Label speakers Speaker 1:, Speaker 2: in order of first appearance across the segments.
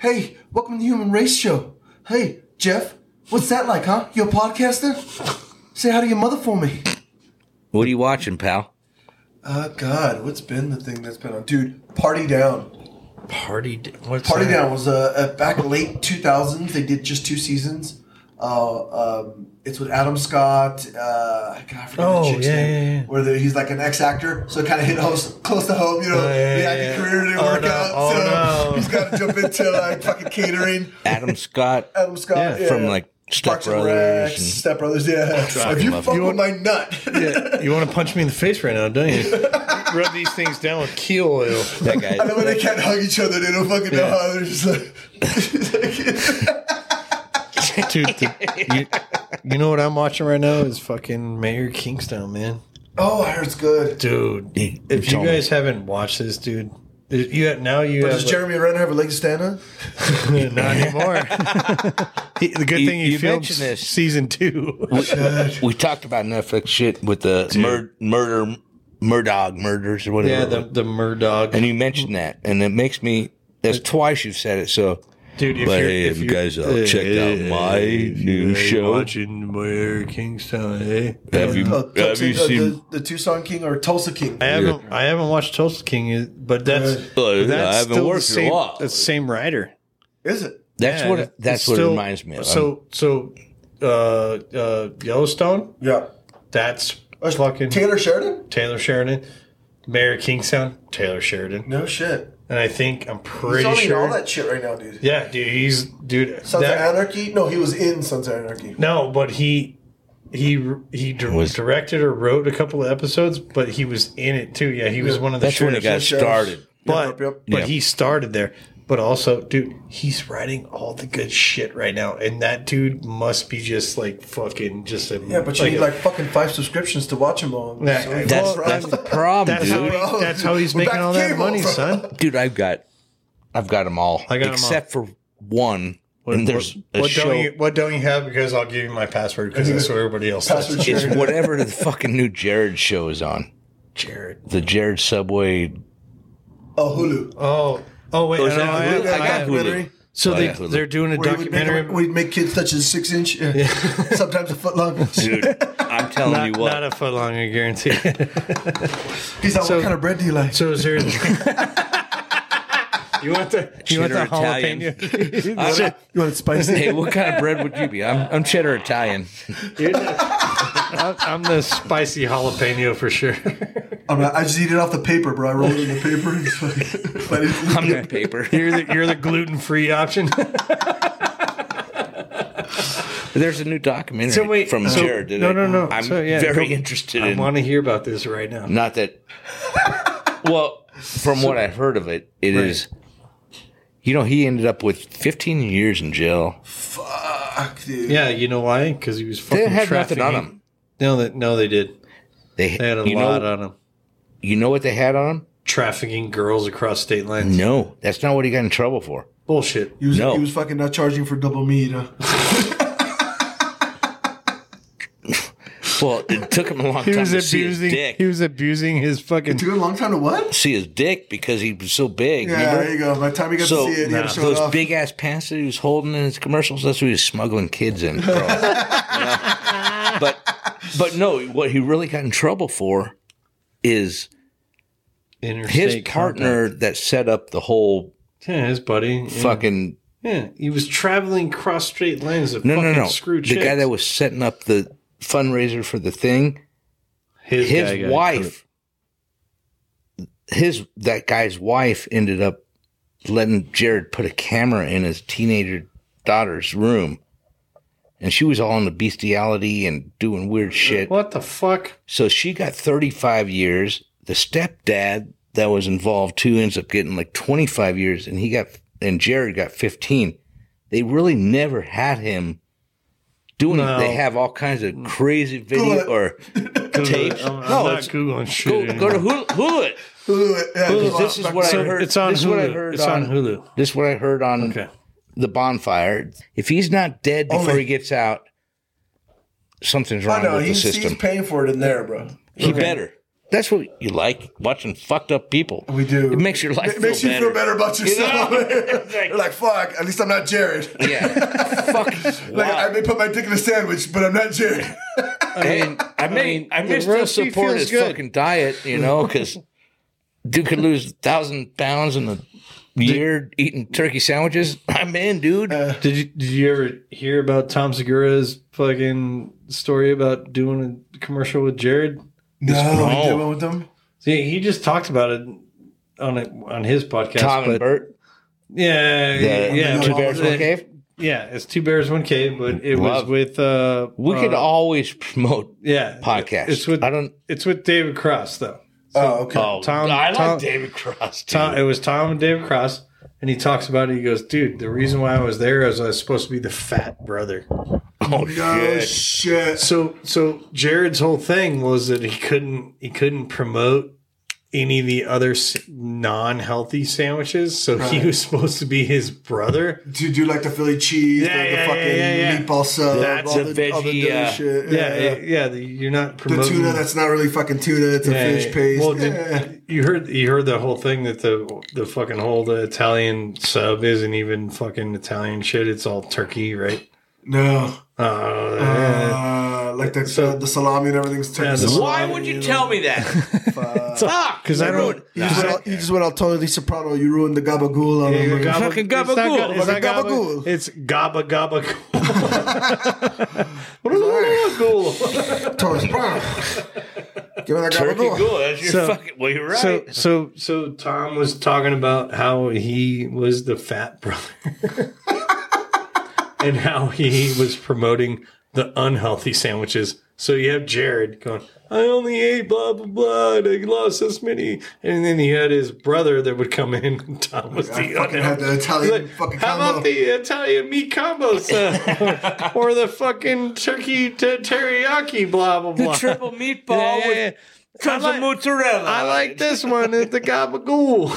Speaker 1: Hey, welcome to the Human Race Show. Hey, Jeff, what's that like, huh? You a podcaster? Say hi to your mother for me.
Speaker 2: What are you watching, pal?
Speaker 1: Oh, God, what's been the thing that's been on? Dude, Party Down.
Speaker 3: Party. D- What's
Speaker 1: Party
Speaker 3: that?
Speaker 1: Down was uh, uh, back late 2000s. They did just two seasons. Uh, um, it's with Adam Scott. Uh, God, I forget
Speaker 3: Oh,
Speaker 1: the chick's
Speaker 3: yeah,
Speaker 1: name.
Speaker 3: yeah, yeah.
Speaker 1: Where the, he's like an ex actor, so it kind of hit close, close to home. You know,
Speaker 3: Oh, yeah,
Speaker 1: the
Speaker 3: yeah,
Speaker 1: acting
Speaker 3: yeah.
Speaker 1: career didn't
Speaker 3: Oh,
Speaker 1: work
Speaker 3: no.
Speaker 1: out,
Speaker 3: Oh,
Speaker 1: so
Speaker 3: no.
Speaker 1: he's got to jump into like fucking catering.
Speaker 2: Adam Scott
Speaker 1: Adam Scott
Speaker 3: Yeah,
Speaker 1: yeah,
Speaker 2: from
Speaker 1: yeah.
Speaker 2: like Step
Speaker 1: Parks and
Speaker 2: Brothers.
Speaker 1: Recs,
Speaker 2: and-
Speaker 1: Step Brothers. Yeah, if you
Speaker 2: love
Speaker 1: fuck
Speaker 2: it.
Speaker 1: with my nut,
Speaker 3: Yeah, you want to punch me in the face right now, don't you? Rub these things down with keel oil.
Speaker 2: that
Speaker 1: I know
Speaker 2: guy.
Speaker 1: when they can't hug each other, they don't fucking know
Speaker 3: Yeah.
Speaker 1: how. They're just like.
Speaker 3: Dude, the- you, you know what I'm watching right now is fucking Mayor of Kingstown, man.
Speaker 1: oh, I heard it's good.
Speaker 3: Dude,
Speaker 2: He-
Speaker 3: if
Speaker 2: he
Speaker 3: you
Speaker 2: told me.
Speaker 3: guys haven't watched this, dude, you have, now you
Speaker 1: But
Speaker 3: have
Speaker 1: does Jeremy Renner have a leg to stand on?
Speaker 3: not anymore. He- the good
Speaker 2: You-
Speaker 3: thing he
Speaker 2: you
Speaker 3: filmed
Speaker 2: mentioned this.
Speaker 3: season two.
Speaker 2: We talked about Netflix shit with the mur- murder, Murdog murders or whatever.
Speaker 3: yeah, the the Murdog.
Speaker 2: and you mentioned that, and it makes me. That's twice you've said it. So,
Speaker 3: Dude, if
Speaker 2: But
Speaker 3: you're,
Speaker 2: hey,
Speaker 3: if
Speaker 2: if you
Speaker 3: you're-
Speaker 2: guys, uh, checked out my
Speaker 3: if you
Speaker 2: new
Speaker 3: guys
Speaker 2: show.
Speaker 3: watching Mayor of Kingstown, eh?
Speaker 2: have you
Speaker 1: Uh,
Speaker 2: have
Speaker 1: Tulsa-
Speaker 2: you
Speaker 1: uh,
Speaker 2: seen?
Speaker 1: the, the Tucson King or Tulsa King?
Speaker 3: I haven't I haven't watched Tulsa King, but that's
Speaker 2: Uh, I haven't
Speaker 3: still the
Speaker 2: worked in a
Speaker 3: same,
Speaker 2: while.
Speaker 3: That's the same writer.
Speaker 1: Is it?
Speaker 2: That's
Speaker 3: Yeah,
Speaker 2: what.
Speaker 3: it's
Speaker 2: that's what
Speaker 3: still-
Speaker 2: it reminds me of. Um,
Speaker 3: So so uh, uh, Yellowstone.
Speaker 1: Yeah.
Speaker 3: That's
Speaker 1: That's
Speaker 3: fucking Taylor,
Speaker 1: Taylor Sheridan?
Speaker 3: Sheridan. Mayor of Kingstown, Taylor Sheridan,
Speaker 1: No shit.
Speaker 3: and I think I'm
Speaker 1: He's
Speaker 3: pretty
Speaker 1: on
Speaker 3: sure.
Speaker 1: all that shit right now, dude.
Speaker 3: Yeah, dude, he's dude.
Speaker 1: Sons
Speaker 3: that-
Speaker 1: of Anarchy? No, he was in Sons of Anarchy.
Speaker 3: No, but he he he dir-
Speaker 2: Was-
Speaker 3: directed or wrote a couple of episodes, but he was in it too. Yeah, he was one of the
Speaker 2: that's when it
Speaker 3: sheriffs.
Speaker 2: got started.
Speaker 3: But
Speaker 1: Yep, yep.
Speaker 3: but
Speaker 2: Yeah.
Speaker 3: he started there. But also, dude, he's writing all the good shit right now, and that dude must be just like fucking just a
Speaker 1: Yeah, but you need
Speaker 3: a-
Speaker 1: like fucking five subscriptions to watch him all.
Speaker 3: Yeah,
Speaker 1: So-
Speaker 3: that's-
Speaker 2: That's
Speaker 3: Well,
Speaker 2: that's the problem,
Speaker 3: that's how,
Speaker 2: dude.
Speaker 1: Bro.
Speaker 3: he, that's how he's
Speaker 1: We're
Speaker 3: making
Speaker 1: back
Speaker 3: all that
Speaker 1: cable,
Speaker 3: money,
Speaker 1: bro.
Speaker 3: son.
Speaker 2: Dude, I've got, I've got them all.
Speaker 3: I got 'em all.
Speaker 2: except for one. and there's a
Speaker 3: what, what
Speaker 2: show.
Speaker 3: don't you what don't you have? Because I'll give you my password because that's what everybody else
Speaker 1: Password
Speaker 3: does.
Speaker 1: share.
Speaker 2: It's whatever the fucking new Jared show is on.
Speaker 3: Jared.
Speaker 2: The Jared Subway.
Speaker 1: Oh, Hulu.
Speaker 3: Oh oh wait, no, I have- I have-
Speaker 2: Hulu.
Speaker 3: So
Speaker 2: Oh,
Speaker 3: they
Speaker 2: yeah, Hulu.
Speaker 3: they're doing a
Speaker 1: Where he would make,
Speaker 3: documentary.
Speaker 1: where he'd make kids touch a six inch, yeah. sometimes a foot long.
Speaker 2: Dude, I'm telling
Speaker 3: Not,
Speaker 2: you what.
Speaker 3: not a foot long, I guarantee.
Speaker 1: He's like,
Speaker 3: So-
Speaker 1: what kind of bread do you like?
Speaker 3: so is there? you want the you want the
Speaker 2: Cheddar Italian.
Speaker 3: jalapeno?
Speaker 2: I don't-
Speaker 1: you want it spicy?
Speaker 2: hey, what kind of bread would you be? I'm, I'm cheddar Italian.
Speaker 3: You're the- I'm, I'm the spicy jalapeno for sure.
Speaker 1: I'm not, I just eat it off the paper, bro. I roll it in the paper. And it's like, but it's-
Speaker 2: I'm the paper.
Speaker 3: You're the you're the gluten free option.
Speaker 2: There's a new documentary
Speaker 3: So wait,
Speaker 2: from
Speaker 3: so-
Speaker 2: Jared. that
Speaker 3: no,
Speaker 2: I-
Speaker 3: no, no.
Speaker 2: I'm
Speaker 3: So, yeah,
Speaker 2: very
Speaker 3: go-
Speaker 2: interested
Speaker 3: I
Speaker 2: in.
Speaker 3: want to hear about this right now.
Speaker 2: not that. Well, from what I've heard of it, it is.
Speaker 3: Right.
Speaker 2: You know, he ended up with 15 years in jail.
Speaker 1: fuck, dude.
Speaker 3: Yeah, you know why? Because he was
Speaker 2: They
Speaker 3: fucking
Speaker 2: had nothing
Speaker 3: trafficking.
Speaker 2: on him.
Speaker 3: No, they, no, they did.
Speaker 2: They,
Speaker 3: They had a
Speaker 2: you
Speaker 3: lot
Speaker 2: know,
Speaker 3: on him.
Speaker 2: You know what they had on him?
Speaker 3: Trafficking girls across state lines.
Speaker 2: No, that's not what he got in trouble for.
Speaker 3: Bullshit.
Speaker 1: He was,
Speaker 2: No.
Speaker 1: he was fucking not charging for double meat. Huh?
Speaker 2: Well, it took him a long time to see his dick.
Speaker 3: was abusing his fucking
Speaker 1: Took a long time to what?
Speaker 2: see his dick because he was so big.
Speaker 1: Yeah,
Speaker 2: remember?
Speaker 1: there you go. By the time he got
Speaker 2: So
Speaker 1: to see it, he had
Speaker 3: nah,
Speaker 1: to show it
Speaker 2: Those
Speaker 1: off.
Speaker 2: big ass pants that he was holding in his commercials, that's what he was smuggling kids in, bro. You know? But but no, what he really got in trouble for is his
Speaker 3: interstate
Speaker 2: partner that set up the whole
Speaker 3: Yeah, his buddy. Yeah.
Speaker 2: fucking
Speaker 3: Yeah, he was traveling cross straight lanes of
Speaker 2: no
Speaker 3: fucking
Speaker 2: no no
Speaker 3: screw
Speaker 2: the guy
Speaker 3: chicks.
Speaker 2: that was setting up the fundraiser for the thing.
Speaker 3: his, guy
Speaker 2: His
Speaker 3: got caught.
Speaker 2: wife, his that guy's wife ended up letting Jared put a camera in his teenager daughter's room, and she was all into bestiality and doing weird shit.
Speaker 3: What the fuck?
Speaker 2: So she got 35 years. The stepdad that was involved too ends up getting like 25 years, and he got and Jared got 15. They really never had him doing.
Speaker 3: No.
Speaker 2: They have all kinds of crazy video
Speaker 1: Good.
Speaker 2: or tapes.
Speaker 3: I'm, I'm
Speaker 2: no,
Speaker 3: not
Speaker 2: it's,
Speaker 3: googling shit.
Speaker 2: go, go to
Speaker 3: anymore.
Speaker 2: Hulu. Hulu it.
Speaker 1: Hulu, yeah,
Speaker 2: Hulu,
Speaker 1: come
Speaker 2: this
Speaker 1: on,
Speaker 2: is
Speaker 1: back
Speaker 2: what I
Speaker 1: to-
Speaker 3: So
Speaker 2: heard.
Speaker 3: it's on
Speaker 2: this is what I
Speaker 3: Hulu.
Speaker 2: heard
Speaker 3: It's on Hulu.
Speaker 2: This is what I heard on
Speaker 3: Okay.
Speaker 2: the bonfire. If he's not dead before
Speaker 1: Only-
Speaker 2: he gets out, something's
Speaker 1: I
Speaker 2: wrong
Speaker 1: know
Speaker 2: with the
Speaker 1: he's, he's
Speaker 2: system.
Speaker 1: paying for it in there, bro.
Speaker 2: He better. That's what you like watching fucked up people.
Speaker 1: We do.
Speaker 2: It makes your life.
Speaker 1: It makes
Speaker 2: feel
Speaker 1: you
Speaker 2: better.
Speaker 1: feel better about yourself.
Speaker 2: know? It's like-
Speaker 1: You're like, fuck, at least I'm not Jared.
Speaker 2: Yeah. Fuck.
Speaker 1: Like,
Speaker 2: wow.
Speaker 1: I may put my dick in a sandwich, but I'm not Jared.
Speaker 2: I mean, I may, I,
Speaker 3: mean, the
Speaker 2: may still
Speaker 3: roast beef
Speaker 2: support
Speaker 3: feels
Speaker 2: his
Speaker 3: good.
Speaker 2: fucking diet, you know, because dude could lose thousand pounds in a year eating turkey sandwiches. I'm in, dude.
Speaker 1: Uh,
Speaker 3: Did you did you ever hear about Tom Segura's fucking story about doing a commercial with Jared?
Speaker 1: no,
Speaker 2: No.
Speaker 1: we did one with them.
Speaker 3: See, he just talked about it on it on his podcast.
Speaker 2: Tom and
Speaker 3: but-
Speaker 2: Bert,
Speaker 3: Yeah,
Speaker 2: the
Speaker 3: yeah,
Speaker 2: two
Speaker 1: well,
Speaker 2: bears, one
Speaker 1: the-
Speaker 2: cave.
Speaker 3: yeah. It's two bears, one cave, but it
Speaker 2: Love.
Speaker 3: was with uh,
Speaker 2: We
Speaker 3: uh,
Speaker 2: could always promote
Speaker 3: yeah
Speaker 2: podcasts.
Speaker 3: It's with
Speaker 2: I don't.
Speaker 3: it's with David Cross though.
Speaker 1: Oh, okay.
Speaker 2: Oh,
Speaker 3: Tom-
Speaker 2: I like
Speaker 3: Tom-
Speaker 2: David Cross. Dude.
Speaker 3: Tom, it was Tom and David Cross, and he talks about it. He goes, "Dude, the reason why I was there is I was supposed to be the fat brother."
Speaker 2: oh
Speaker 1: No
Speaker 2: shit.
Speaker 1: shit.
Speaker 3: So, so Jared's whole thing was that he couldn't he couldn't promote any of the other s- non-healthy sandwiches. So
Speaker 1: Right.
Speaker 3: he was supposed to be his brother.
Speaker 1: To do like the Philly cheese,
Speaker 3: Yeah,
Speaker 1: the, the
Speaker 3: yeah,
Speaker 1: fucking
Speaker 3: yeah, yeah, yeah.
Speaker 1: meatball sub,
Speaker 2: That's
Speaker 1: all
Speaker 2: a
Speaker 1: the, all the
Speaker 2: veggie,
Speaker 1: dirty
Speaker 2: uh,
Speaker 1: shit.
Speaker 3: Yeah, yeah. yeah, the- you're not
Speaker 1: The
Speaker 3: promoting
Speaker 1: tuna that's not really fucking tuna, it's a
Speaker 3: Yeah,
Speaker 1: fish
Speaker 3: yeah.
Speaker 1: paste.
Speaker 3: Well, did-
Speaker 1: yeah.
Speaker 3: you heard you heard the whole thing that the the fucking whole the Italian sub isn't even fucking Italian shit. It's all turkey, right?
Speaker 1: No.
Speaker 3: Uh,
Speaker 1: Uh, like the,
Speaker 3: So-
Speaker 1: the salami and everything's turned.
Speaker 3: Yeah, the
Speaker 1: into
Speaker 2: Why
Speaker 1: salami,
Speaker 2: would you
Speaker 1: know?
Speaker 2: tell me that?
Speaker 1: Fuck.
Speaker 2: Fuck.
Speaker 3: Because I don't.
Speaker 1: You just, went all, you just went all totally soprano. You ruined the gabagool on him.
Speaker 3: Gabba-
Speaker 2: Fucking
Speaker 3: it's not
Speaker 2: gabagool.
Speaker 3: ga- It's not
Speaker 1: Fucking
Speaker 3: gabba-
Speaker 1: gabagool.
Speaker 3: It's gabba gabba ghoul.
Speaker 1: Torres Brown. Give me that
Speaker 2: Turkey
Speaker 1: gabagool.
Speaker 2: good. That's your
Speaker 3: So-
Speaker 2: fucking. Well, you're right.
Speaker 3: So so so Tom was talking about how he was the fat brother, and how he was promoting the unhealthy sandwiches. So you have Jared going, I only ate blah blah blah. And I lost this many, and then he had his brother that would come in. And Tom was
Speaker 1: I
Speaker 3: the
Speaker 1: fucking had
Speaker 3: unhealthy.
Speaker 1: the Italian
Speaker 3: Like,
Speaker 1: fucking
Speaker 3: how
Speaker 1: combo.
Speaker 3: about the Italian meat combo sub, or, or the fucking turkey te- teriyaki blah blah blah?
Speaker 2: triple meatball
Speaker 3: Yeah, yeah,
Speaker 2: with
Speaker 3: yeah.
Speaker 2: tons
Speaker 3: I
Speaker 2: of
Speaker 3: like-
Speaker 2: mozzarella.
Speaker 3: I like this one at the gabagool.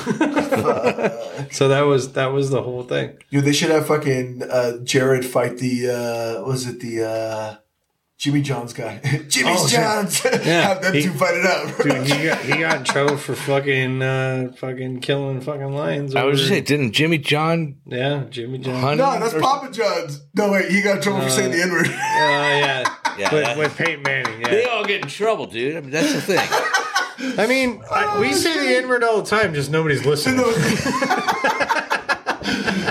Speaker 3: so that was that was the whole thing.
Speaker 1: Dude, they should have fucking uh, Jared fight the uh, was it the uh, Jimmy John's guy? Jimmy
Speaker 3: Oh, yeah.
Speaker 1: John's. have them
Speaker 3: He-
Speaker 1: two fight it out.
Speaker 3: Dude, he got he got in trouble for fucking uh, fucking killing fucking lions.
Speaker 2: I was
Speaker 3: over-
Speaker 2: just saying, didn't Jimmy John
Speaker 3: yeah, Jimmy John.
Speaker 2: hunt?
Speaker 1: no, that's
Speaker 2: or-
Speaker 1: Papa John's. No wait, he got in trouble for saying the N word.
Speaker 3: Oh yeah,
Speaker 2: Yeah,
Speaker 3: with,
Speaker 2: that-
Speaker 3: with Peyton Manning.
Speaker 2: They
Speaker 3: Yeah,
Speaker 2: all get in trouble, dude. I mean, that's the thing.
Speaker 3: I mean, I, we say the N word all the time, just nobody's listening.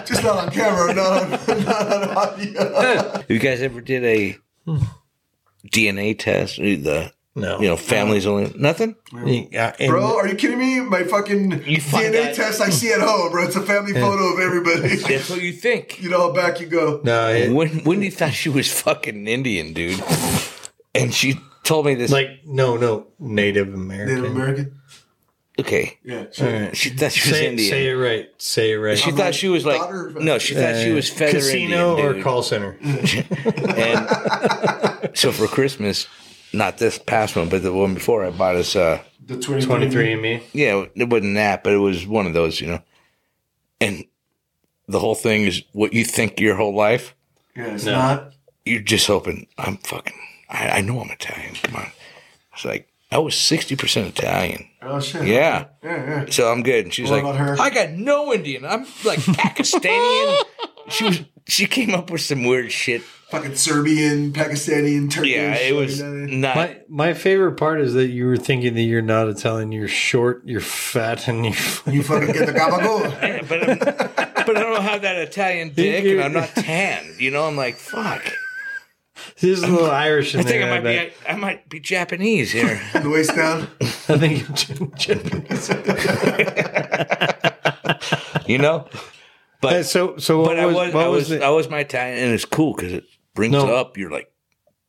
Speaker 1: Just not on camera, not on, not on audio.
Speaker 2: you guys ever did a
Speaker 3: Hmm.
Speaker 2: DNA test? You- The
Speaker 3: No,
Speaker 2: you know families only nothing.
Speaker 3: Yeah, and-
Speaker 1: Bro, are you kidding me? My fucking
Speaker 2: find
Speaker 1: DNA
Speaker 2: out-
Speaker 1: test I see at home, bro. It's a family photo of everybody.
Speaker 2: That's what you think.
Speaker 1: you know, back you go.
Speaker 3: no, it,
Speaker 2: When Wendy thought she was fucking Indian, dude, and she told me this.
Speaker 3: like no, no, Native American.
Speaker 1: Native American?
Speaker 2: okay,
Speaker 1: Yeah, sure.
Speaker 3: All right.
Speaker 2: she thought she was
Speaker 3: Say,
Speaker 2: Indian.
Speaker 3: say it right. Say it right.
Speaker 2: she thought she was like
Speaker 1: daughter-
Speaker 2: no. She thought she was feather
Speaker 3: Casino
Speaker 2: Indian,
Speaker 3: or
Speaker 2: dude.
Speaker 3: call center.
Speaker 2: And so for Christmas, not this past one, but the one before, I bought us. Uh,
Speaker 1: The 23.
Speaker 3: Twenty three and me.
Speaker 2: yeah, it wasn't that, but it was one of those, you know. And the whole thing is what you think your whole life.
Speaker 1: Yeah, it's not.
Speaker 2: You're just hoping I'm fucking. I, I know I'm Italian. Come on. It's like I was sixty percent Italian.
Speaker 1: Oh, shit.
Speaker 2: Yeah.
Speaker 1: Yeah, yeah.
Speaker 2: So I'm good. And she was
Speaker 1: What
Speaker 2: like,
Speaker 1: about her?
Speaker 2: I got no Indian. I'm like Pakistani. she was. She came up with some weird shit.
Speaker 1: Fucking Serbian, Pakistani, and Turkish.
Speaker 2: Yeah, it was not.
Speaker 3: My my favorite part is that you were thinking that you're not Italian. You're short. You're fat, and you're
Speaker 1: You fucking get the gabagool.
Speaker 2: Yeah, but I'm, but I don't have that Italian dick, and I'm not tan. You know, I'm like, fuck.
Speaker 3: there's a little Irish in
Speaker 2: I think
Speaker 3: there.
Speaker 2: I might
Speaker 3: bet.
Speaker 2: be I might be Japanese here.
Speaker 1: From the waist down.
Speaker 3: I think you're Japanese.
Speaker 2: You know,
Speaker 3: Uh, so so what
Speaker 2: but I
Speaker 3: was,
Speaker 2: was
Speaker 3: what
Speaker 2: I was
Speaker 3: was it?
Speaker 2: I was my Italian, and it's cool because it brings
Speaker 3: No.
Speaker 2: up your like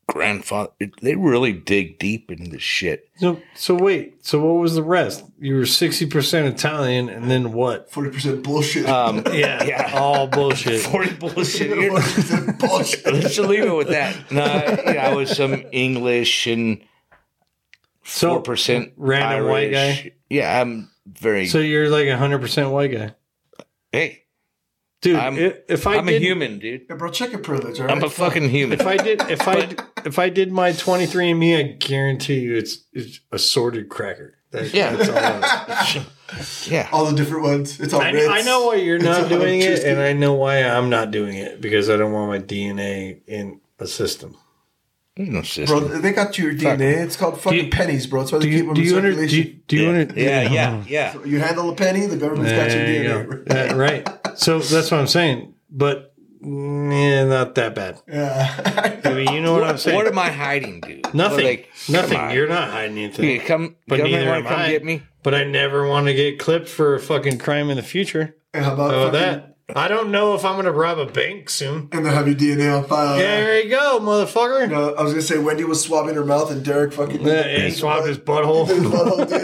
Speaker 2: grandfather. It- they really dig deep into this shit.
Speaker 3: so, so wait. So what was the rest? You were sixty percent Italian, and then what?
Speaker 1: 40% bullshit.
Speaker 2: Um,
Speaker 3: Yeah, yeah. all bullshit.
Speaker 2: forty bullshit. You're-
Speaker 1: 40% bullshit.
Speaker 2: Let's just leave it with that. No, I, yeah, I was some English and
Speaker 3: So
Speaker 2: four percent
Speaker 3: random white guy?
Speaker 2: Yeah, I'm very
Speaker 3: So you're like hundred percent white guy.
Speaker 2: hey.
Speaker 3: dude.
Speaker 2: I'm-
Speaker 3: i- if I
Speaker 2: I'm a
Speaker 3: did-
Speaker 2: human, dude.
Speaker 1: Hey, bro, check your privilege. All
Speaker 2: I'm a
Speaker 1: right?
Speaker 2: fucking human.
Speaker 3: if I did, if I if I did my 23andMe, I guarantee you, it's, it's assorted cracker. That-
Speaker 2: Yeah.
Speaker 3: that's all it is.
Speaker 2: Yeah.
Speaker 1: all the different ones. It's all
Speaker 3: I,
Speaker 1: Ritz.
Speaker 3: I know why you're not
Speaker 1: It's all
Speaker 3: doing it,
Speaker 1: Tuesday.
Speaker 3: and I know why I'm not doing it because I don't want my DNA in a system.
Speaker 2: There's no system.
Speaker 1: Bro, they got your DNA. It's called fucking
Speaker 3: you-
Speaker 1: pennies, bro. That's why
Speaker 3: Do
Speaker 1: they keep
Speaker 3: you
Speaker 1: them
Speaker 3: do
Speaker 1: in
Speaker 3: you, under, do you
Speaker 1: circulation.
Speaker 3: do you
Speaker 2: yeah.
Speaker 3: under,
Speaker 2: yeah, yeah, yeah.
Speaker 1: You handle a penny, the government's got your
Speaker 3: There you
Speaker 1: DNA.
Speaker 3: go. Yeah, right. So that's what I'm saying, but yeah, not that bad.
Speaker 1: Yeah.
Speaker 3: I mean, you know what, I'm saying.
Speaker 2: What am I hiding, dude?
Speaker 3: nothing.
Speaker 2: Like,
Speaker 3: nothing.
Speaker 2: come on.
Speaker 3: You're not hiding anything.
Speaker 2: You come,
Speaker 3: But
Speaker 2: government
Speaker 3: neither
Speaker 2: wanna
Speaker 3: am
Speaker 2: come
Speaker 3: I.
Speaker 2: get me?
Speaker 3: But I never want to get clipped for a fucking crime in the future.
Speaker 1: And how about
Speaker 3: How about
Speaker 1: fucking-
Speaker 3: that? I don't know if I'm going to rob a bank soon.
Speaker 1: And then have your DNA on file.
Speaker 3: There you go, motherfucker.
Speaker 1: You know, I was gonna say Wendy was swabbing her mouth, and Derek fucking.
Speaker 3: Yeah, and swabbed his
Speaker 1: His
Speaker 3: butthole.
Speaker 1: butthole did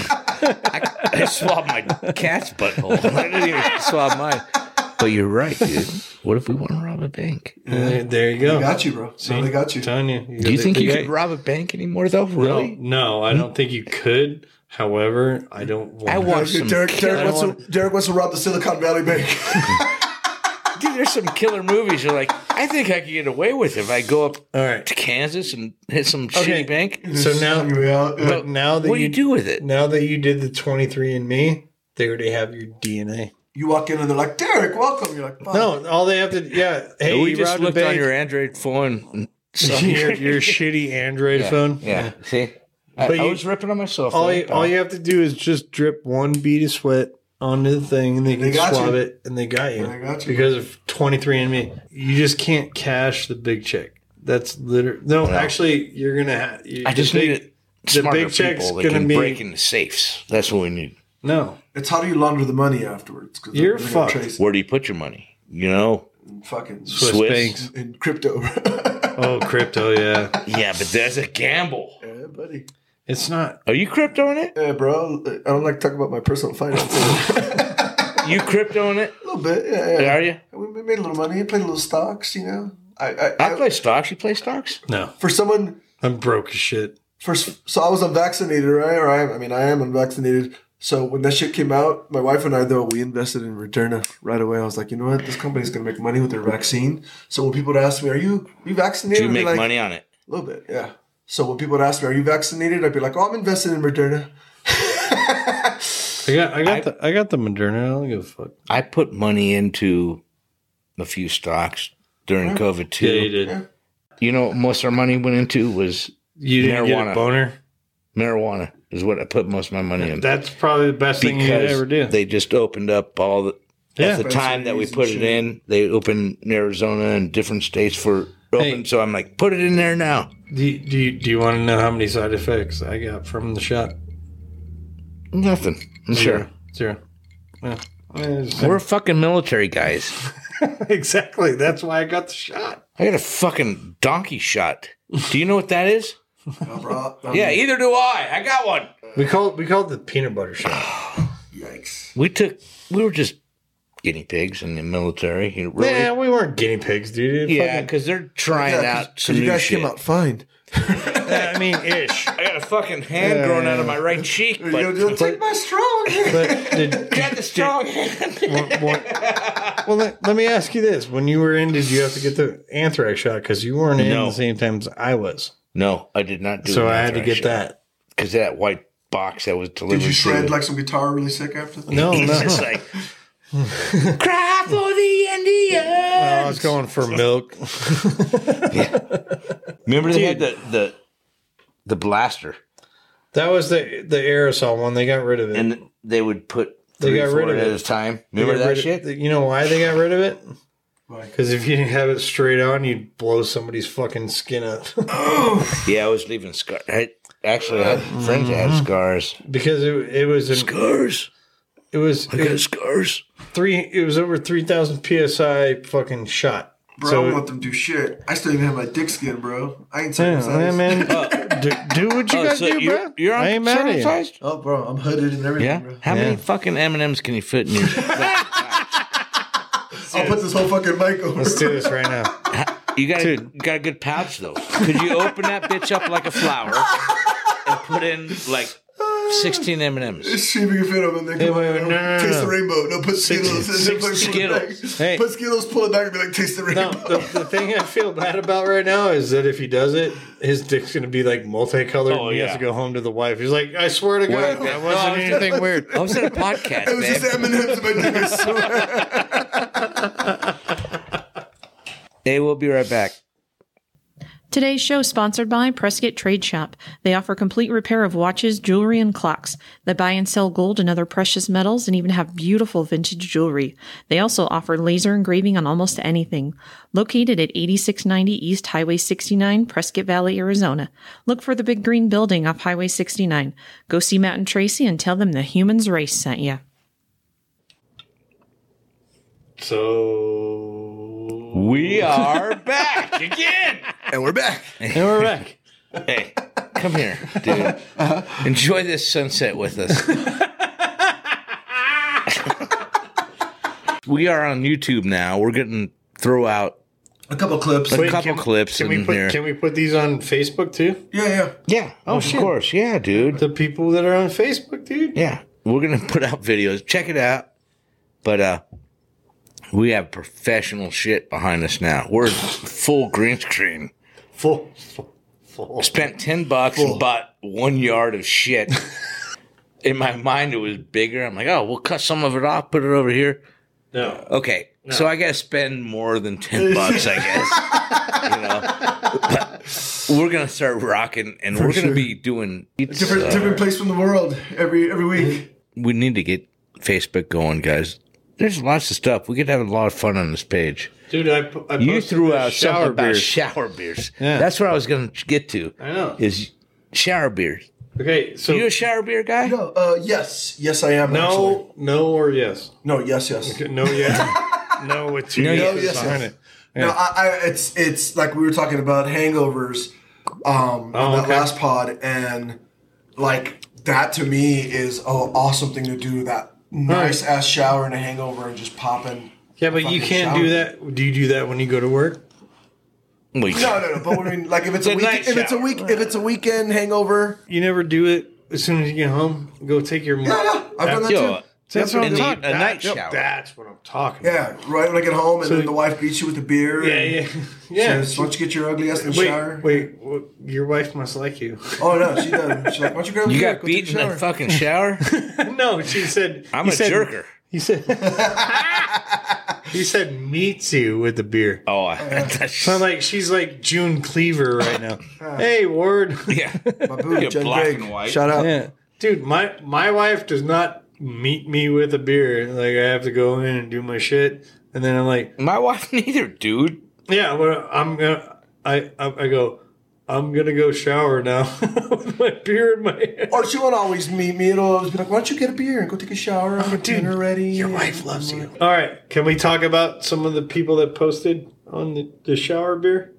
Speaker 1: it.
Speaker 2: I, I swabbed my cat's butthole. I didn't even swab mine. But you're right, dude. What if we want to rob a bank?
Speaker 3: Uh, there you go.
Speaker 1: got you, bro. No, they got you.
Speaker 3: Telling you.
Speaker 2: Do you think you could
Speaker 3: rob?
Speaker 2: rob a bank anymore, though? Really?
Speaker 3: No, I don't think you could. However, I don't want.
Speaker 2: I want some
Speaker 1: Derek,
Speaker 2: killer-
Speaker 1: Derek, wants to, Derek wants to rob the Silicon Valley Bank.
Speaker 2: Dude, there's some killer movies. You're like, I think I could get away with it if I go up
Speaker 3: All right.
Speaker 2: to Kansas and hit some
Speaker 3: Okay.
Speaker 2: shitty bank.
Speaker 3: So now,
Speaker 1: Yeah, yeah.
Speaker 3: but now that
Speaker 2: What do
Speaker 3: you
Speaker 2: you do with it?
Speaker 3: now that you did the 23 and me, they already have your DNA.
Speaker 1: you walk in and they're like, Derek, welcome. You're like, fuck.
Speaker 3: No, all they have to yeah. Hey,
Speaker 2: we
Speaker 3: you
Speaker 2: just
Speaker 3: robbed a
Speaker 2: looked on
Speaker 3: bank.
Speaker 2: your Android phone. And saw
Speaker 3: your, your shitty Android phone.
Speaker 2: Yeah. See, I,
Speaker 3: But
Speaker 2: I
Speaker 3: you-
Speaker 2: was ripping on myself.
Speaker 3: All
Speaker 2: right?
Speaker 3: you, all you have to do is just drip one bead of sweat onto the thing, and they can
Speaker 1: They got
Speaker 3: swab
Speaker 1: you.
Speaker 3: it, and they got you.
Speaker 1: They got you.
Speaker 3: Because of 23andMe, you just can't cash the big check. That's literally no. Actually, you're gonna. Ha- you,
Speaker 2: I
Speaker 3: the
Speaker 2: just
Speaker 3: big-
Speaker 2: needed smarter
Speaker 3: big check's
Speaker 2: people that
Speaker 3: gonna
Speaker 2: can
Speaker 3: be-
Speaker 2: break into safes. That's what we need.
Speaker 3: No,
Speaker 1: It's how do you launder the money afterwards? Cause
Speaker 3: You're
Speaker 1: they're gonna
Speaker 3: fucked.
Speaker 1: trace
Speaker 2: Where do you put your money? You know?
Speaker 1: Fucking
Speaker 3: Swiss,
Speaker 2: Swiss?
Speaker 3: banks.
Speaker 1: in crypto.
Speaker 3: Oh, crypto. Yeah,
Speaker 2: Yeah, but that's a gamble.
Speaker 1: yeah, buddy.
Speaker 3: it's not.
Speaker 2: Are you cryptoing it?
Speaker 1: Yeah, bro. I don't like talking about my personal finances.
Speaker 2: You cryptoing it?
Speaker 1: a little bit. Yeah, yeah.
Speaker 2: Are you?
Speaker 1: We made a little money. Played a little stocks. You know. I, I,
Speaker 2: I
Speaker 1: I
Speaker 2: play stocks. You play stocks?
Speaker 3: No,
Speaker 1: for someone
Speaker 3: I'm broke as shit.
Speaker 1: first so I was unvaccinated, right? Or I, I mean I am unvaccinated. So when that shit came out, my wife and I though we invested in Moderna right away. I was like, you know what, this company's gonna make money with their vaccine. So when people would ask me, "Are you you vaccinated?"
Speaker 2: Do you
Speaker 1: I'd be
Speaker 2: make
Speaker 1: like,
Speaker 2: money on it?
Speaker 1: A little bit, yeah. So when people would ask me, "Are you vaccinated?" I'd be like, "Oh, I'm invested in Moderna."
Speaker 3: I got. I got the. I got the Moderna. I don't give a fuck.
Speaker 2: I put money into a few stocks during COVID too.
Speaker 3: Yeah, you did.
Speaker 2: You know, what most of our money went into was
Speaker 3: You didn't get a
Speaker 2: Marijuana.
Speaker 3: boner.
Speaker 2: marijuana. Is what I put most of my money in.
Speaker 3: That's probably the best thing you could
Speaker 2: Because
Speaker 3: ever do.
Speaker 2: They just opened up all the
Speaker 3: yeah,
Speaker 2: at the time that we put it in. They opened in Arizona and different states for open. So I'm like, put it in there now.
Speaker 3: Do you, do you, do you want to know how many side effects I got from the shot?
Speaker 2: Nothing. I'm sure.
Speaker 3: Zero. Yeah.
Speaker 2: We're fucking military guys.
Speaker 3: exactly. That's why I got the shot.
Speaker 2: I got a fucking donkey shot. Do you know what that is?
Speaker 1: No, bro. Um,
Speaker 2: Yeah, either do I. I got one.
Speaker 3: We call it, we call it the peanut butter shot.
Speaker 1: Yikes.
Speaker 2: We took. We were just guinea pigs in the military. You know, really.
Speaker 3: Yeah, we weren't guinea pigs, dude. It
Speaker 2: Yeah,
Speaker 3: fucking-
Speaker 2: because they're trying
Speaker 1: Yeah, 'cause-
Speaker 2: out some
Speaker 1: 'cause you
Speaker 2: new
Speaker 1: guys
Speaker 2: shit.
Speaker 1: came out fine.
Speaker 3: I mean, ish.
Speaker 2: I got a fucking hand
Speaker 3: Yeah,
Speaker 2: growing out of
Speaker 3: yeah.
Speaker 2: my right cheek,
Speaker 1: You know,
Speaker 2: but
Speaker 1: don't take my strong.
Speaker 3: But did,
Speaker 2: got the strong hand.
Speaker 3: what- well, let, let me ask you this: When you were in, did you have to get the anthrax shot? Because you weren't in
Speaker 2: No.
Speaker 3: the same time as I was,
Speaker 2: No, I did not do.
Speaker 3: so I had to get that.
Speaker 2: because that white box that was delivered.
Speaker 1: Did you shred
Speaker 2: to,
Speaker 1: like Oh, some guitar really sick after that?
Speaker 3: No,
Speaker 2: It's
Speaker 3: no.
Speaker 2: just like cry for the
Speaker 3: I
Speaker 2: Indians.
Speaker 3: was going for milk.
Speaker 2: Remember they had the the the blaster,
Speaker 3: That was the the aerosol one. They got rid of it.
Speaker 2: and they would put
Speaker 3: They
Speaker 2: three
Speaker 3: got
Speaker 2: four
Speaker 3: rid of
Speaker 2: at
Speaker 3: it.
Speaker 2: a time.
Speaker 3: They
Speaker 2: Remember
Speaker 3: got
Speaker 2: that
Speaker 3: rid of-
Speaker 2: shit?
Speaker 3: you know why they got rid of it?
Speaker 1: Why?
Speaker 3: Because if you didn't have it straight on, you'd blow somebody's fucking skin up.
Speaker 2: yeah, I was leaving scars. I actually I had friends that
Speaker 3: Mm-hmm.
Speaker 2: had scars.
Speaker 3: because it, it was an,
Speaker 2: Scars.
Speaker 3: it was
Speaker 2: I
Speaker 3: it
Speaker 2: got
Speaker 3: was
Speaker 2: scars.
Speaker 3: three it was over three thousand psi fucking shot.
Speaker 1: Bro, I
Speaker 3: so
Speaker 1: don't let them do shit. I still even have my dick skin, bro. I ain't
Speaker 3: yeah,
Speaker 1: circumcised.
Speaker 3: yeah, man, do, do what you
Speaker 2: Oh,
Speaker 3: gotta
Speaker 2: so
Speaker 3: do,
Speaker 2: you're,
Speaker 3: bro.
Speaker 2: you're on
Speaker 3: I ain't mad at you.
Speaker 2: circumcised?
Speaker 1: Oh, bro, I'm hooded and everything,
Speaker 2: Yeah.
Speaker 1: bro.
Speaker 2: How
Speaker 3: Yeah.
Speaker 2: many fucking M and M's can you fit in your?
Speaker 1: I'll put this whole fucking mic over.
Speaker 3: Let's do this right now.
Speaker 2: You got a,
Speaker 3: Dude.
Speaker 2: got a good pouch though. Could you open that bitch up like a flower and put in like sixteen M and M's.
Speaker 1: See if you can fit them in there.
Speaker 2: Hey, wait, wait, no, no, no,
Speaker 1: taste
Speaker 2: no.
Speaker 1: the rainbow. No, put
Speaker 3: Six-
Speaker 1: Skittles.
Speaker 3: six
Speaker 1: Six, six
Speaker 2: Skittles. Hey.
Speaker 1: Put Skittles, pull it back, and be like, taste the
Speaker 3: No,
Speaker 1: rainbow.
Speaker 3: the, the thing I feel bad about right now is that if he does it, his dick's going to be like multicolored.
Speaker 2: Oh,
Speaker 3: and he
Speaker 2: yeah.
Speaker 3: has to go home to the wife. He's like, I swear to God,
Speaker 2: Wait,
Speaker 3: that
Speaker 2: no, I was
Speaker 3: wasn't
Speaker 2: just-
Speaker 3: anything weird.
Speaker 2: I was at a podcast,
Speaker 1: It was
Speaker 2: man.
Speaker 1: just M&M's in my dick. I swear.
Speaker 2: hey, we'll be right back.
Speaker 4: Today's show is sponsored by Prescott Trade Shop. They offer complete repair of watches, jewelry, and clocks. They buy and sell gold and other precious metals and even have beautiful vintage jewelry. They also offer laser engraving on almost anything. Located at 8690 East Highway 69, Prescott Valley, Arizona. Look for the big green building off Highway 69. Go see Matt and Tracy and tell them the humans race sent you.
Speaker 3: So.
Speaker 2: We are back again.
Speaker 1: and we're back.
Speaker 3: And we're back.
Speaker 2: Hey, come here, dude. Enjoy this sunset with us. we are on YouTube now. We're getting throw out
Speaker 1: A couple clips.
Speaker 2: a
Speaker 3: Wait,
Speaker 2: couple
Speaker 3: can-
Speaker 2: clips
Speaker 3: Can
Speaker 2: in
Speaker 3: we, put,
Speaker 2: here.
Speaker 3: can we put these on Facebook too?
Speaker 1: Yeah, yeah.
Speaker 2: yeah. Oh, of course. Yeah, dude.
Speaker 3: The people that are on Facebook, dude?
Speaker 2: Yeah. We're going to put out videos. Check it out. But uh we have professional shit behind us now. We're full green screen.
Speaker 3: Full, full, full.
Speaker 2: Spent 10 bucks and bought one yard of shit. In my mind, it was bigger. I'm like, oh, we'll cut some of it off, put it over here.
Speaker 3: No.
Speaker 2: Okay, so I gotta spend more than ten bucks, I guess. you know, but we're gonna start rocking, and we're gonna
Speaker 1: sure.
Speaker 2: be doing. it's,
Speaker 1: Different,
Speaker 2: uh,
Speaker 1: different place from the world every every week.
Speaker 2: we need to get Facebook going, guys. There's lots of stuff. We could have a lot of fun on this page.
Speaker 3: Dude, I, pu- I
Speaker 2: You
Speaker 3: posted
Speaker 2: threw
Speaker 3: the
Speaker 2: out something about
Speaker 3: beers.
Speaker 2: shower beers. That's what I was gonna get to.
Speaker 3: I know.
Speaker 2: Is shower beers.
Speaker 3: Okay, so.
Speaker 2: You a shower beer guy?
Speaker 1: No, uh, yes, yes, I am. actually.
Speaker 3: no, no, or yes?
Speaker 1: no, yes, yes.
Speaker 3: No, yeah. no, with two
Speaker 2: No,
Speaker 3: yeses
Speaker 2: yes,
Speaker 1: Oh, yes.
Speaker 3: behind it.
Speaker 1: No, I, I, it's it's like we were talking about hangovers um,
Speaker 3: Oh,
Speaker 1: on that
Speaker 3: okay.
Speaker 1: last pod, and like that to me is an awesome thing to do. That nice ass shower and a hangover and just popping.
Speaker 3: Yeah, but you
Speaker 1: Fucking
Speaker 3: can't
Speaker 1: shower.
Speaker 3: do that. Do you do that when you go to work?
Speaker 2: Wait.
Speaker 1: No, no, no. But I mean, like if it's
Speaker 2: The
Speaker 1: a week,
Speaker 2: night
Speaker 1: if it's a
Speaker 2: shower.
Speaker 1: week, if it's a weekend hangover,
Speaker 3: You never do it as soon as you get home. Go take your.
Speaker 1: yeah, yeah, I've done that
Speaker 2: Yo,
Speaker 1: too.
Speaker 3: That's what I'm
Speaker 2: And
Speaker 3: talking.
Speaker 2: a night
Speaker 3: That-
Speaker 2: shower.
Speaker 3: That's what I'm talking.
Speaker 1: Yeah, right when I get home, and
Speaker 3: So-
Speaker 1: then the wife beats you with the beer.
Speaker 3: About. Yeah,
Speaker 1: and
Speaker 3: yeah, yeah.
Speaker 1: says, Why don't you get your ugly ass in the shower?
Speaker 3: Wait, wait, wait. Your wife must like you.
Speaker 1: Oh no, she does. She's like, Why don't you grab
Speaker 2: You
Speaker 1: a beer,
Speaker 2: got
Speaker 1: go take a
Speaker 2: beaten in
Speaker 1: shower?"
Speaker 2: the fucking shower?
Speaker 3: no, she said.
Speaker 2: I'm
Speaker 3: he
Speaker 2: a
Speaker 3: said-
Speaker 2: jerker.
Speaker 3: He said. he said meets you with the beer.
Speaker 2: Oh, I, that's
Speaker 3: So I'm like, she's like June Cleaver right now. hey, Ward.
Speaker 2: yeah.
Speaker 1: My boob,
Speaker 2: You're
Speaker 1: Jen
Speaker 2: black
Speaker 1: Craig.
Speaker 2: and white.
Speaker 1: Shout out.
Speaker 3: Yeah, dude, my my wife does not meet me with a beer. Like I have to go in and do my shit, and then I'm like,
Speaker 2: My wife neither, dude.
Speaker 3: yeah, well, I'm gonna, I I, I go, I'm gonna go shower now with my beer in my hand.
Speaker 1: Or she won't always meet me. It'll always be like, why don't you get a beer and go take a shower? I'm
Speaker 3: dude,
Speaker 1: dinner ready. Your
Speaker 2: loves you.
Speaker 3: All right, can we talk about some of the people that posted on the, the shower beer?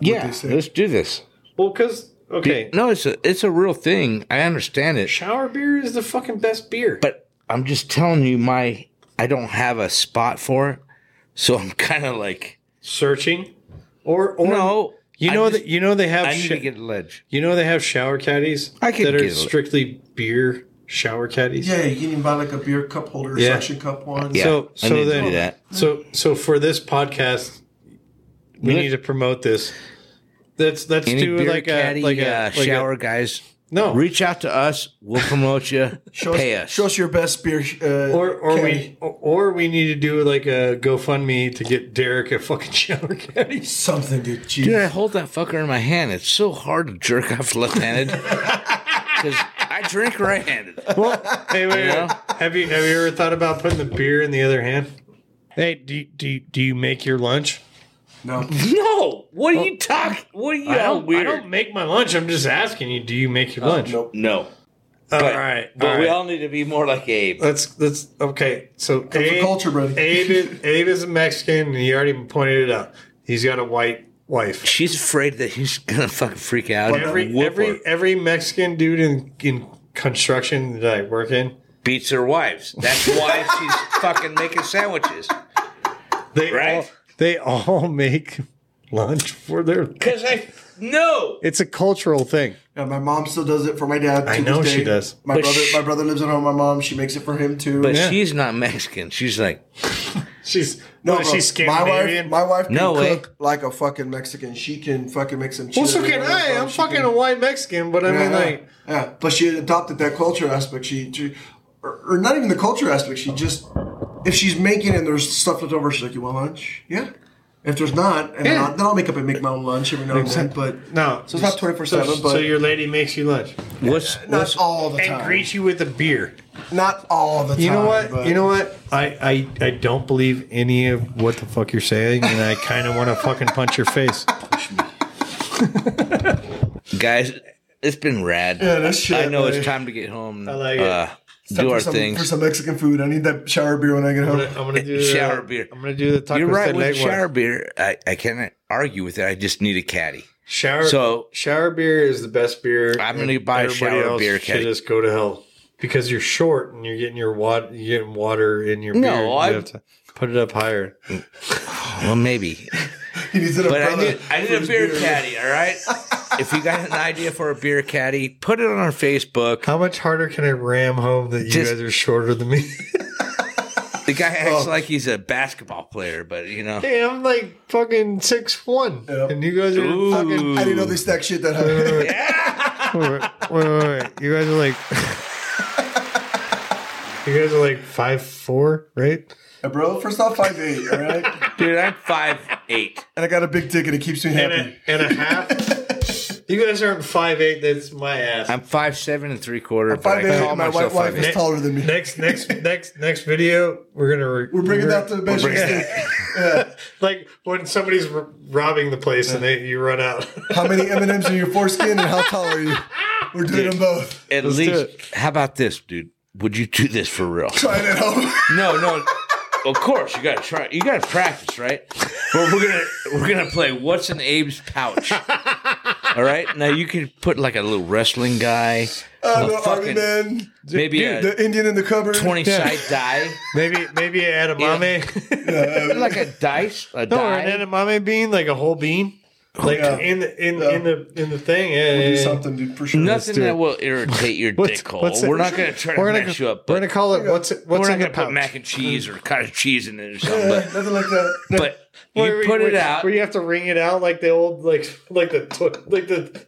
Speaker 2: Yeah,
Speaker 1: say?
Speaker 2: let's do this.
Speaker 3: Well, because okay,
Speaker 2: No, it's a it's a real thing. I understand it,
Speaker 3: shower beer is the fucking best beer.
Speaker 2: but I'm just telling you, my I don't have a spot for it, so I'm kind of like
Speaker 3: Searching, or or
Speaker 2: no.
Speaker 3: you
Speaker 2: I
Speaker 3: know
Speaker 2: just-
Speaker 3: that you know they have
Speaker 2: I need
Speaker 3: sh-
Speaker 2: to get a ledge.
Speaker 3: you know they have shower caddies
Speaker 2: I could
Speaker 3: that are
Speaker 2: get it.
Speaker 3: strically beer shower caddies.
Speaker 1: Yeah, you can even buy like a beer cup holder,
Speaker 3: Yeah.
Speaker 1: suction cup one.
Speaker 2: Yeah,
Speaker 3: So-
Speaker 2: I
Speaker 3: so
Speaker 2: need
Speaker 3: then-
Speaker 2: to do that.
Speaker 3: So so for this podcast, we
Speaker 2: Let-
Speaker 3: need to promote this. That's that's
Speaker 2: Any
Speaker 3: do
Speaker 2: beer
Speaker 3: like
Speaker 2: caddy,
Speaker 3: a like a
Speaker 2: uh,
Speaker 3: like a- Oh.
Speaker 2: shower guys,
Speaker 3: no,
Speaker 2: reach out to us. We'll promote you.
Speaker 1: Show
Speaker 2: pay
Speaker 1: us,
Speaker 2: us.
Speaker 1: show us your best beer. Uh,
Speaker 3: or or
Speaker 1: caddy.
Speaker 3: we or we need to do like a GoFundMe to get Derek a fucking shower caddy.
Speaker 1: something, dude. Jeez.
Speaker 2: Dude, I hold that fucker in my hand. It's so hard to jerk off left-handed because I drink right-handed.
Speaker 3: Hey, wait, wait.
Speaker 2: Yeah.
Speaker 3: have you have you ever thought about putting the beer in the other hand? Hey, do you, do you, do you make your lunch?
Speaker 1: No,
Speaker 2: No, what are you talking? What are you
Speaker 3: I
Speaker 2: all
Speaker 3: don't.
Speaker 2: weird? Uh,
Speaker 3: I don't make my lunch. I'm just asking you. Do you make your lunch?
Speaker 1: nope.
Speaker 2: No,
Speaker 3: All
Speaker 2: but,
Speaker 3: right.
Speaker 2: but
Speaker 3: all
Speaker 2: we
Speaker 3: right.
Speaker 2: all need to be more like Abe.
Speaker 3: let's let's okay. So
Speaker 1: It's a culture, buddy.
Speaker 3: Abe is, Abe is a Mexican, and he already pointed it out. He's got a white wife.
Speaker 2: She's afraid that he's gonna fucking freak out. and
Speaker 3: Every
Speaker 2: whoop
Speaker 3: every
Speaker 2: her.
Speaker 3: every Mexican dude in in construction that I work in,
Speaker 2: beats her wives. That's why she's fucking making sandwiches.
Speaker 3: they all
Speaker 2: Right.
Speaker 3: they all make lunch for their.
Speaker 2: Because I no,
Speaker 3: It's a cultural thing.
Speaker 1: Yeah, my mom still does it for my dad.
Speaker 3: I
Speaker 1: to
Speaker 3: know
Speaker 1: this
Speaker 3: she
Speaker 1: day.
Speaker 3: does.
Speaker 1: My
Speaker 2: But
Speaker 1: brother,
Speaker 2: sh-
Speaker 1: my brother lives at home. with My mom, she makes it for him too.
Speaker 2: But
Speaker 3: Yeah.
Speaker 2: she's not Mexican. She's like,
Speaker 3: She's
Speaker 1: no,
Speaker 3: no,
Speaker 1: bro,
Speaker 3: she's
Speaker 1: my wife,
Speaker 3: Scandinavian.
Speaker 1: my wife can
Speaker 2: No way.
Speaker 1: cook like a fucking Mexican. She can fucking make some.
Speaker 3: well,
Speaker 1: chili
Speaker 3: so can
Speaker 1: or
Speaker 3: I.
Speaker 1: whatever.
Speaker 3: I'm
Speaker 1: She
Speaker 3: fucking
Speaker 1: can-
Speaker 3: a white Mexican, but I mean,
Speaker 1: yeah,
Speaker 3: like,
Speaker 1: yeah. But she adopted that culture aspect. She, she or, or not even the culture aspect. She just, if she's making and there's stuff left over, she's like, "You want lunch? Yeah." If there's not, and then,
Speaker 3: Yeah.
Speaker 1: I'll, then I'll make up and make my own lunch every now and then. But
Speaker 3: no.
Speaker 1: so it's not twenty four seven,
Speaker 3: so
Speaker 1: but
Speaker 3: your lady makes you lunch
Speaker 2: what's,
Speaker 1: not
Speaker 2: what's
Speaker 1: all the
Speaker 3: and
Speaker 1: time.
Speaker 3: greets you with a beer.
Speaker 1: Not all the time.
Speaker 3: You know what?
Speaker 1: but-
Speaker 3: You know what? I, I I don't believe any of what the fuck you're saying, and I kind of want to fucking punch your face.
Speaker 2: guys? It's been rad.
Speaker 1: Yeah, that's shit,
Speaker 2: I know
Speaker 1: buddy.
Speaker 2: it's time to get home. and,
Speaker 3: I like it.
Speaker 2: Uh,
Speaker 1: Time
Speaker 2: do
Speaker 1: for
Speaker 2: our
Speaker 1: some,
Speaker 2: things.
Speaker 1: for some Mexican food. I need that shower beer when I get home.
Speaker 3: I'm gonna do
Speaker 2: Shower
Speaker 3: the,
Speaker 2: beer.
Speaker 3: I'm gonna do the taco
Speaker 2: You're right
Speaker 3: Steak
Speaker 2: with
Speaker 3: leg one.
Speaker 2: shower beer. I, I can't argue with it. I just need a caddy.
Speaker 3: Shower.
Speaker 2: So-
Speaker 3: shower beer is the best beer.
Speaker 2: I'm gonna buy a
Speaker 3: Everybody
Speaker 2: shower
Speaker 3: else
Speaker 2: beer
Speaker 3: Should
Speaker 2: keg.
Speaker 3: just go to hell because you're short and you're getting your water, you're getting water in your beer. You
Speaker 2: I-
Speaker 3: have to put it up higher.
Speaker 2: Well, maybe,
Speaker 1: he needs an
Speaker 2: but I
Speaker 1: umbrella.
Speaker 2: need I need a beer caddy. All right. if you got an idea for a beer caddy, put it on our Facebook.
Speaker 3: How much harder can I ram home that you
Speaker 2: Just-
Speaker 3: guys are shorter than me?
Speaker 2: The guy acts
Speaker 1: Oh.
Speaker 2: like he's a basketball player, but you know.
Speaker 3: hey, I'm like fucking six one,
Speaker 1: Yep.
Speaker 3: and you guys are
Speaker 2: Ooh.
Speaker 3: fucking.
Speaker 1: I didn't know they stack shit that high.
Speaker 3: Wait, wait, wait, wait. You guys are like. You guys are like five four, right?
Speaker 1: Hey, bro, first off, five eight, all right?
Speaker 2: Dude, I'm five eight.
Speaker 1: And I got a big ticket. It keeps me
Speaker 3: And
Speaker 1: happy.
Speaker 3: a, and a half. You guys aren't five eight. That's my ass.
Speaker 2: I'm five seven and three quarter. but
Speaker 1: Five
Speaker 2: I
Speaker 1: eight.
Speaker 2: call
Speaker 1: My white
Speaker 2: myself
Speaker 1: wife
Speaker 2: 5'8".
Speaker 1: is taller than me.
Speaker 3: next next next next video we're gonna re-
Speaker 1: We're bringing that to the bench.
Speaker 2: bringing
Speaker 3: like when somebody's r- robbing the place and they you run out
Speaker 1: How many M and M's in your foreskin, and how tall are you? We're doing them both.
Speaker 2: At least, how about this, dude? Would you do this for real?
Speaker 1: Trying at home.
Speaker 2: No, no. Of course, you gotta try. You gotta practice, right? But we're gonna we're gonna play what's in Abe's pouch. All right. Now you could put like a little wrestling guy,
Speaker 1: Uh,
Speaker 2: a
Speaker 1: the army
Speaker 2: fucking
Speaker 1: man,
Speaker 2: maybe a
Speaker 1: the Indian in the cupboard.
Speaker 2: twenty side die,
Speaker 3: maybe maybe an edamame
Speaker 2: like a dice, a
Speaker 3: no or
Speaker 2: die.
Speaker 3: an edamame bean like a whole bean like
Speaker 1: Oh, Yeah.
Speaker 3: in the in,
Speaker 1: Yeah.
Speaker 3: in the in the thing yeah, yeah,
Speaker 1: Do
Speaker 3: yeah.
Speaker 1: something, dude, for sure.
Speaker 2: Nothing
Speaker 3: do it.
Speaker 2: that will irritate your dick hole.
Speaker 3: what's it-
Speaker 2: we're not gonna try to
Speaker 3: we're gonna,
Speaker 2: mess you up.
Speaker 3: we're
Speaker 2: But
Speaker 3: gonna call it what's it what's
Speaker 2: we're
Speaker 3: in
Speaker 2: not gonna
Speaker 3: the
Speaker 2: put
Speaker 3: pouch
Speaker 2: mac and cheese or cottage cheese in it or something.
Speaker 1: Yeah,
Speaker 2: But
Speaker 1: nothing like that.
Speaker 2: but you
Speaker 3: Where-
Speaker 2: put
Speaker 3: where-
Speaker 2: it out.
Speaker 3: where you have to wring it out like the old like like the tw- like the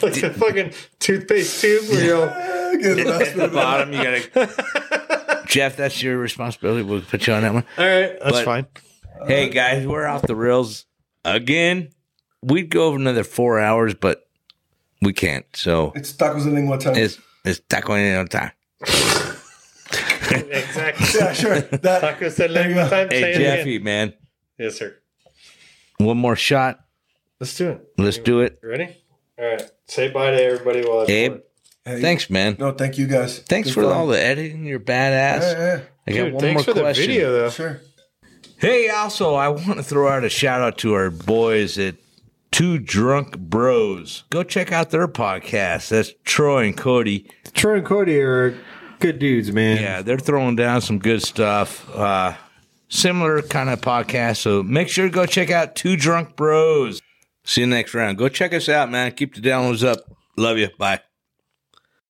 Speaker 3: like the fucking toothpaste tube where you're all
Speaker 1: Uh, Get the last
Speaker 2: at the
Speaker 1: bit of it.
Speaker 2: bottom. You gotta. Jeff, that's your responsibility. We'll put you on that one.
Speaker 3: All right, that's
Speaker 2: But-
Speaker 3: fine.
Speaker 2: Hey guys, we're off the rails again. We'd go over another four hours, but we can't. So
Speaker 1: It's tacos de lengua time.
Speaker 2: it's it's taco en el time.
Speaker 3: Exactly.
Speaker 1: yeah, sure. That
Speaker 3: Taco said leg one time. say
Speaker 2: Hey
Speaker 3: it again.
Speaker 2: Jeffy, man,
Speaker 3: Yes, sir.
Speaker 2: one more shot.
Speaker 3: Let's do it.
Speaker 2: Let's do it.
Speaker 3: You ready? All right. Say bye to everybody while I
Speaker 2: Abe,
Speaker 3: pour it.
Speaker 1: Hey,
Speaker 2: thanks, man.
Speaker 1: No, thank you guys.
Speaker 2: Thanks
Speaker 1: Good
Speaker 2: for
Speaker 1: fun.
Speaker 2: all the editing. You're badass.
Speaker 1: Yeah,
Speaker 2: I got
Speaker 3: Dude,
Speaker 2: one
Speaker 3: thanks
Speaker 2: more
Speaker 3: for
Speaker 2: question.
Speaker 3: the video, though.
Speaker 1: yeah, sure.
Speaker 2: Hey, also, I want to throw out a shout out to our boys at Two Drunk Bros. Go check out their podcast. That's Troy and Cody.
Speaker 3: Troy and Cody are good dudes, man.
Speaker 2: Yeah, they're throwing down some good stuff. Uh, similar kind of podcast. So make sure to go check out Two Drunk Bros. See you next round. Go check us out, man. Keep the downloads up. Love you. Bye.